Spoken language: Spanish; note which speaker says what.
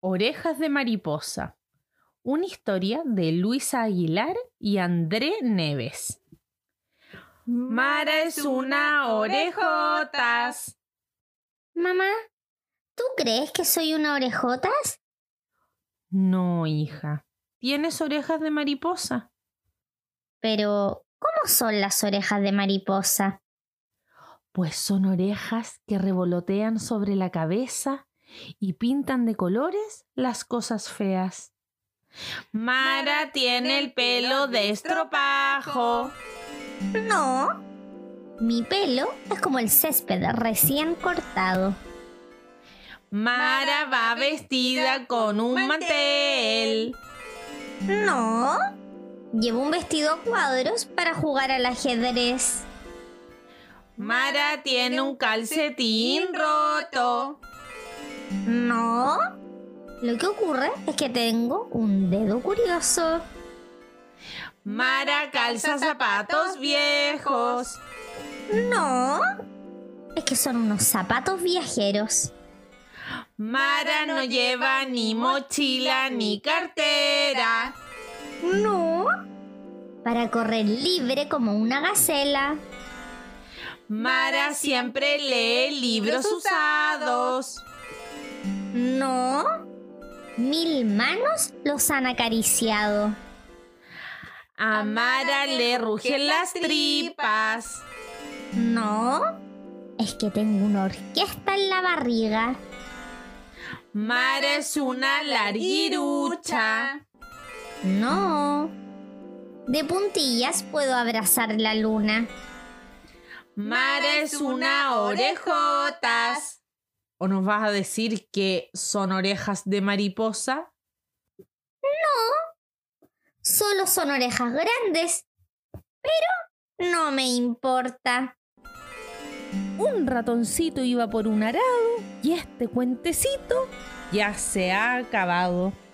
Speaker 1: Orejas de mariposa. Una historia de Luisa Aguilar y André Neves. Mara es una orejotas.
Speaker 2: Mamá, ¿tú crees que soy una orejotas?
Speaker 1: No, hija. Tienes orejas de mariposa.
Speaker 2: Pero, ¿cómo son las orejas de mariposa?
Speaker 1: Pues son orejas que revolotean sobre la cabeza y pintan de colores las cosas feas. Mara tiene el pelo de estropajo.
Speaker 2: No. Mi pelo es como el césped recién cortado.
Speaker 1: Mara va vestida con un mantel.
Speaker 2: No. Llevo un vestido a cuadros para jugar al ajedrez.
Speaker 1: Mara tiene un calcetín roto.
Speaker 2: No. Lo que ocurre es que tengo un dedo curioso.
Speaker 1: Mara calza zapatos viejos.
Speaker 2: No. Es que son unos zapatos viajeros.
Speaker 1: Mara no lleva ni mochila ni cartera.
Speaker 2: No. Para correr libre como una gacela.
Speaker 1: Mara siempre lee libros usados.
Speaker 2: No. Mil manos los han acariciado.
Speaker 1: A Mara le rugen las tripas.
Speaker 2: No. Es que tengo una orquesta en la barriga.
Speaker 1: Mara es una larguirucha.
Speaker 2: No. De puntillas puedo abrazar la luna.
Speaker 1: Mara es una orejotas. ¿O nos vas a decir que son orejas de mariposa?
Speaker 2: Solo son orejas grandes. Pero no me importa.
Speaker 1: Un ratoncito iba por un arado y este cuentecito ya se ha acabado.